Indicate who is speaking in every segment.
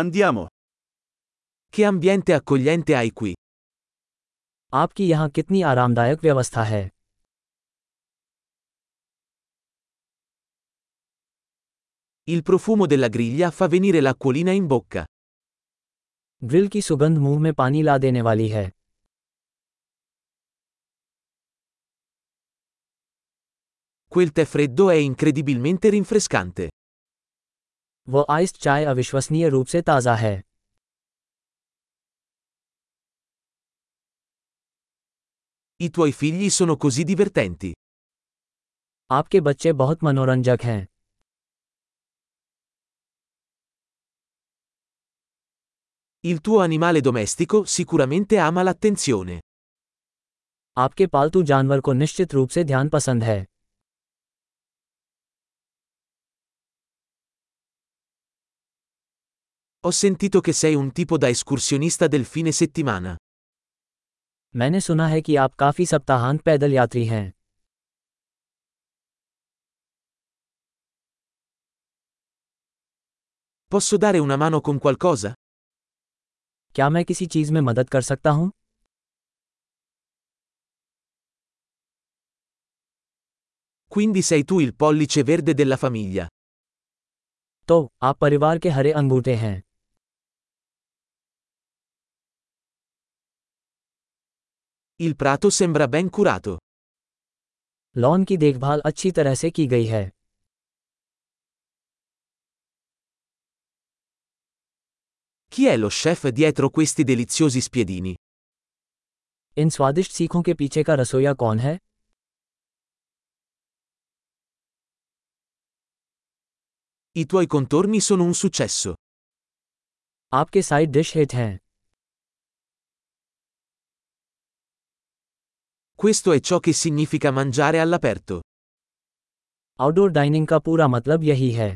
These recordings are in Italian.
Speaker 1: Andiamo. Che ambiente accogliente hai qui.
Speaker 2: आपकी यहाँ कितनी आरामदायक व्यवस्था है
Speaker 1: Il profumo della griglia fa venire l'acquolina in bocca.
Speaker 2: Grill की सुगंध मुंह में पानी ला देने वाली है
Speaker 1: Quel tè freddo è incredibilmente rinfrescante.
Speaker 2: वो आइस्ड चाय अविश्वसनीय रूप से ताज़ा है
Speaker 1: I tuoi figli sono così divertenti.
Speaker 2: आपके बच्चे बहुत मनोरंजक हैं
Speaker 1: Il tuo animale domestico sicuramente ama l'attenzione.
Speaker 2: आपके पालतू जानवर को निश्चित रूप से ध्यान पसंद है
Speaker 1: Ho sentito che sei un tipo da escursionista del fine settimana.
Speaker 2: मैंने सुना है कि आप काफ़ी सप्ताहांत पैदल यात्री हैं
Speaker 1: Posso dare una mano con qualcosa?
Speaker 2: क्या मैं किसी चीज़ में मदद कर सकता हूँ
Speaker 1: Quindi sei tu il pollice verde della famiglia.
Speaker 2: तो आप परिवार के हरे अंगूठे हैं
Speaker 1: Il prato sembra ben curato.
Speaker 2: Lawn की देखभाल अच्छी तरह से की गई है
Speaker 1: Chi è lo chef dietro questi deliziosi spiedini?
Speaker 2: इन स्वादिष्ट सीखों के पीछे का रसोईया कौन है
Speaker 1: I tuoi contorni sono un successo.
Speaker 2: आपके साइड डिश हिट हैं
Speaker 1: Questo è ciò che significa mangiare all'aperto.
Speaker 2: Outdoor dining का पूरा मतलब यही है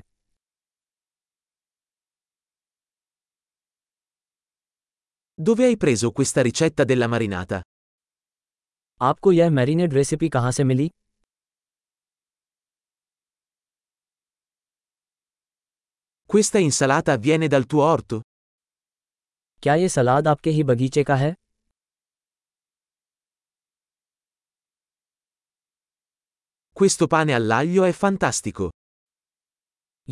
Speaker 1: Dove hai preso questa ricetta della marinata?
Speaker 2: आपको यह मैरिनेड रेसिपी कहाँ से मिली
Speaker 1: Questa insalata viene dal tuo orto?
Speaker 2: क्या ये सलाद आपके ही बगीचे का है
Speaker 1: Questo pane all'aglio è fantastico.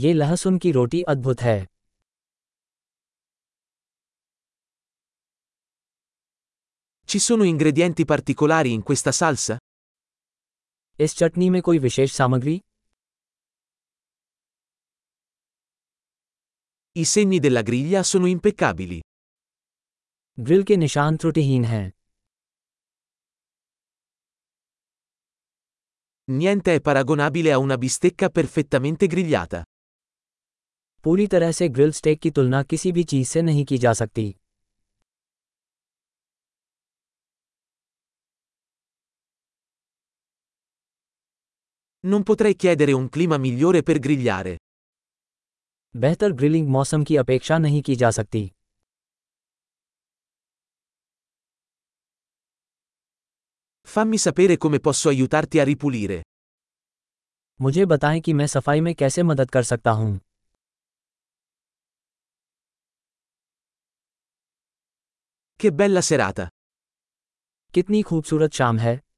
Speaker 2: ये लहसुन की रोटी अद्भुत है
Speaker 1: Ci sono ingredienti particolari in questa salsa?
Speaker 2: इस चटनी में कोई विशेष सामग्री
Speaker 1: I segni della griglia sono impeccabili.
Speaker 2: Grill के निशान त्रुटिहीन हैं
Speaker 1: Niente è paragonabile a una bistecca perfettamente grigliata.
Speaker 2: पूरी तरह से ग्रिल स्टेक की तुलना किसी भी चीज़ से नहीं की जा सकती
Speaker 1: Non potrei chiedere un clima migliore per grigliare.
Speaker 2: बेहतर ग्रिलिंग मौसम की अपेक्षा नहीं की जा सकती
Speaker 1: Fammi sapere come posso aiutarti a ripulire.
Speaker 2: मुझे बताएं कि मैं सफाई में कैसे मदद कर सकता हूँ
Speaker 1: Che bella serata!
Speaker 2: कितनी खूबसूरत शाम है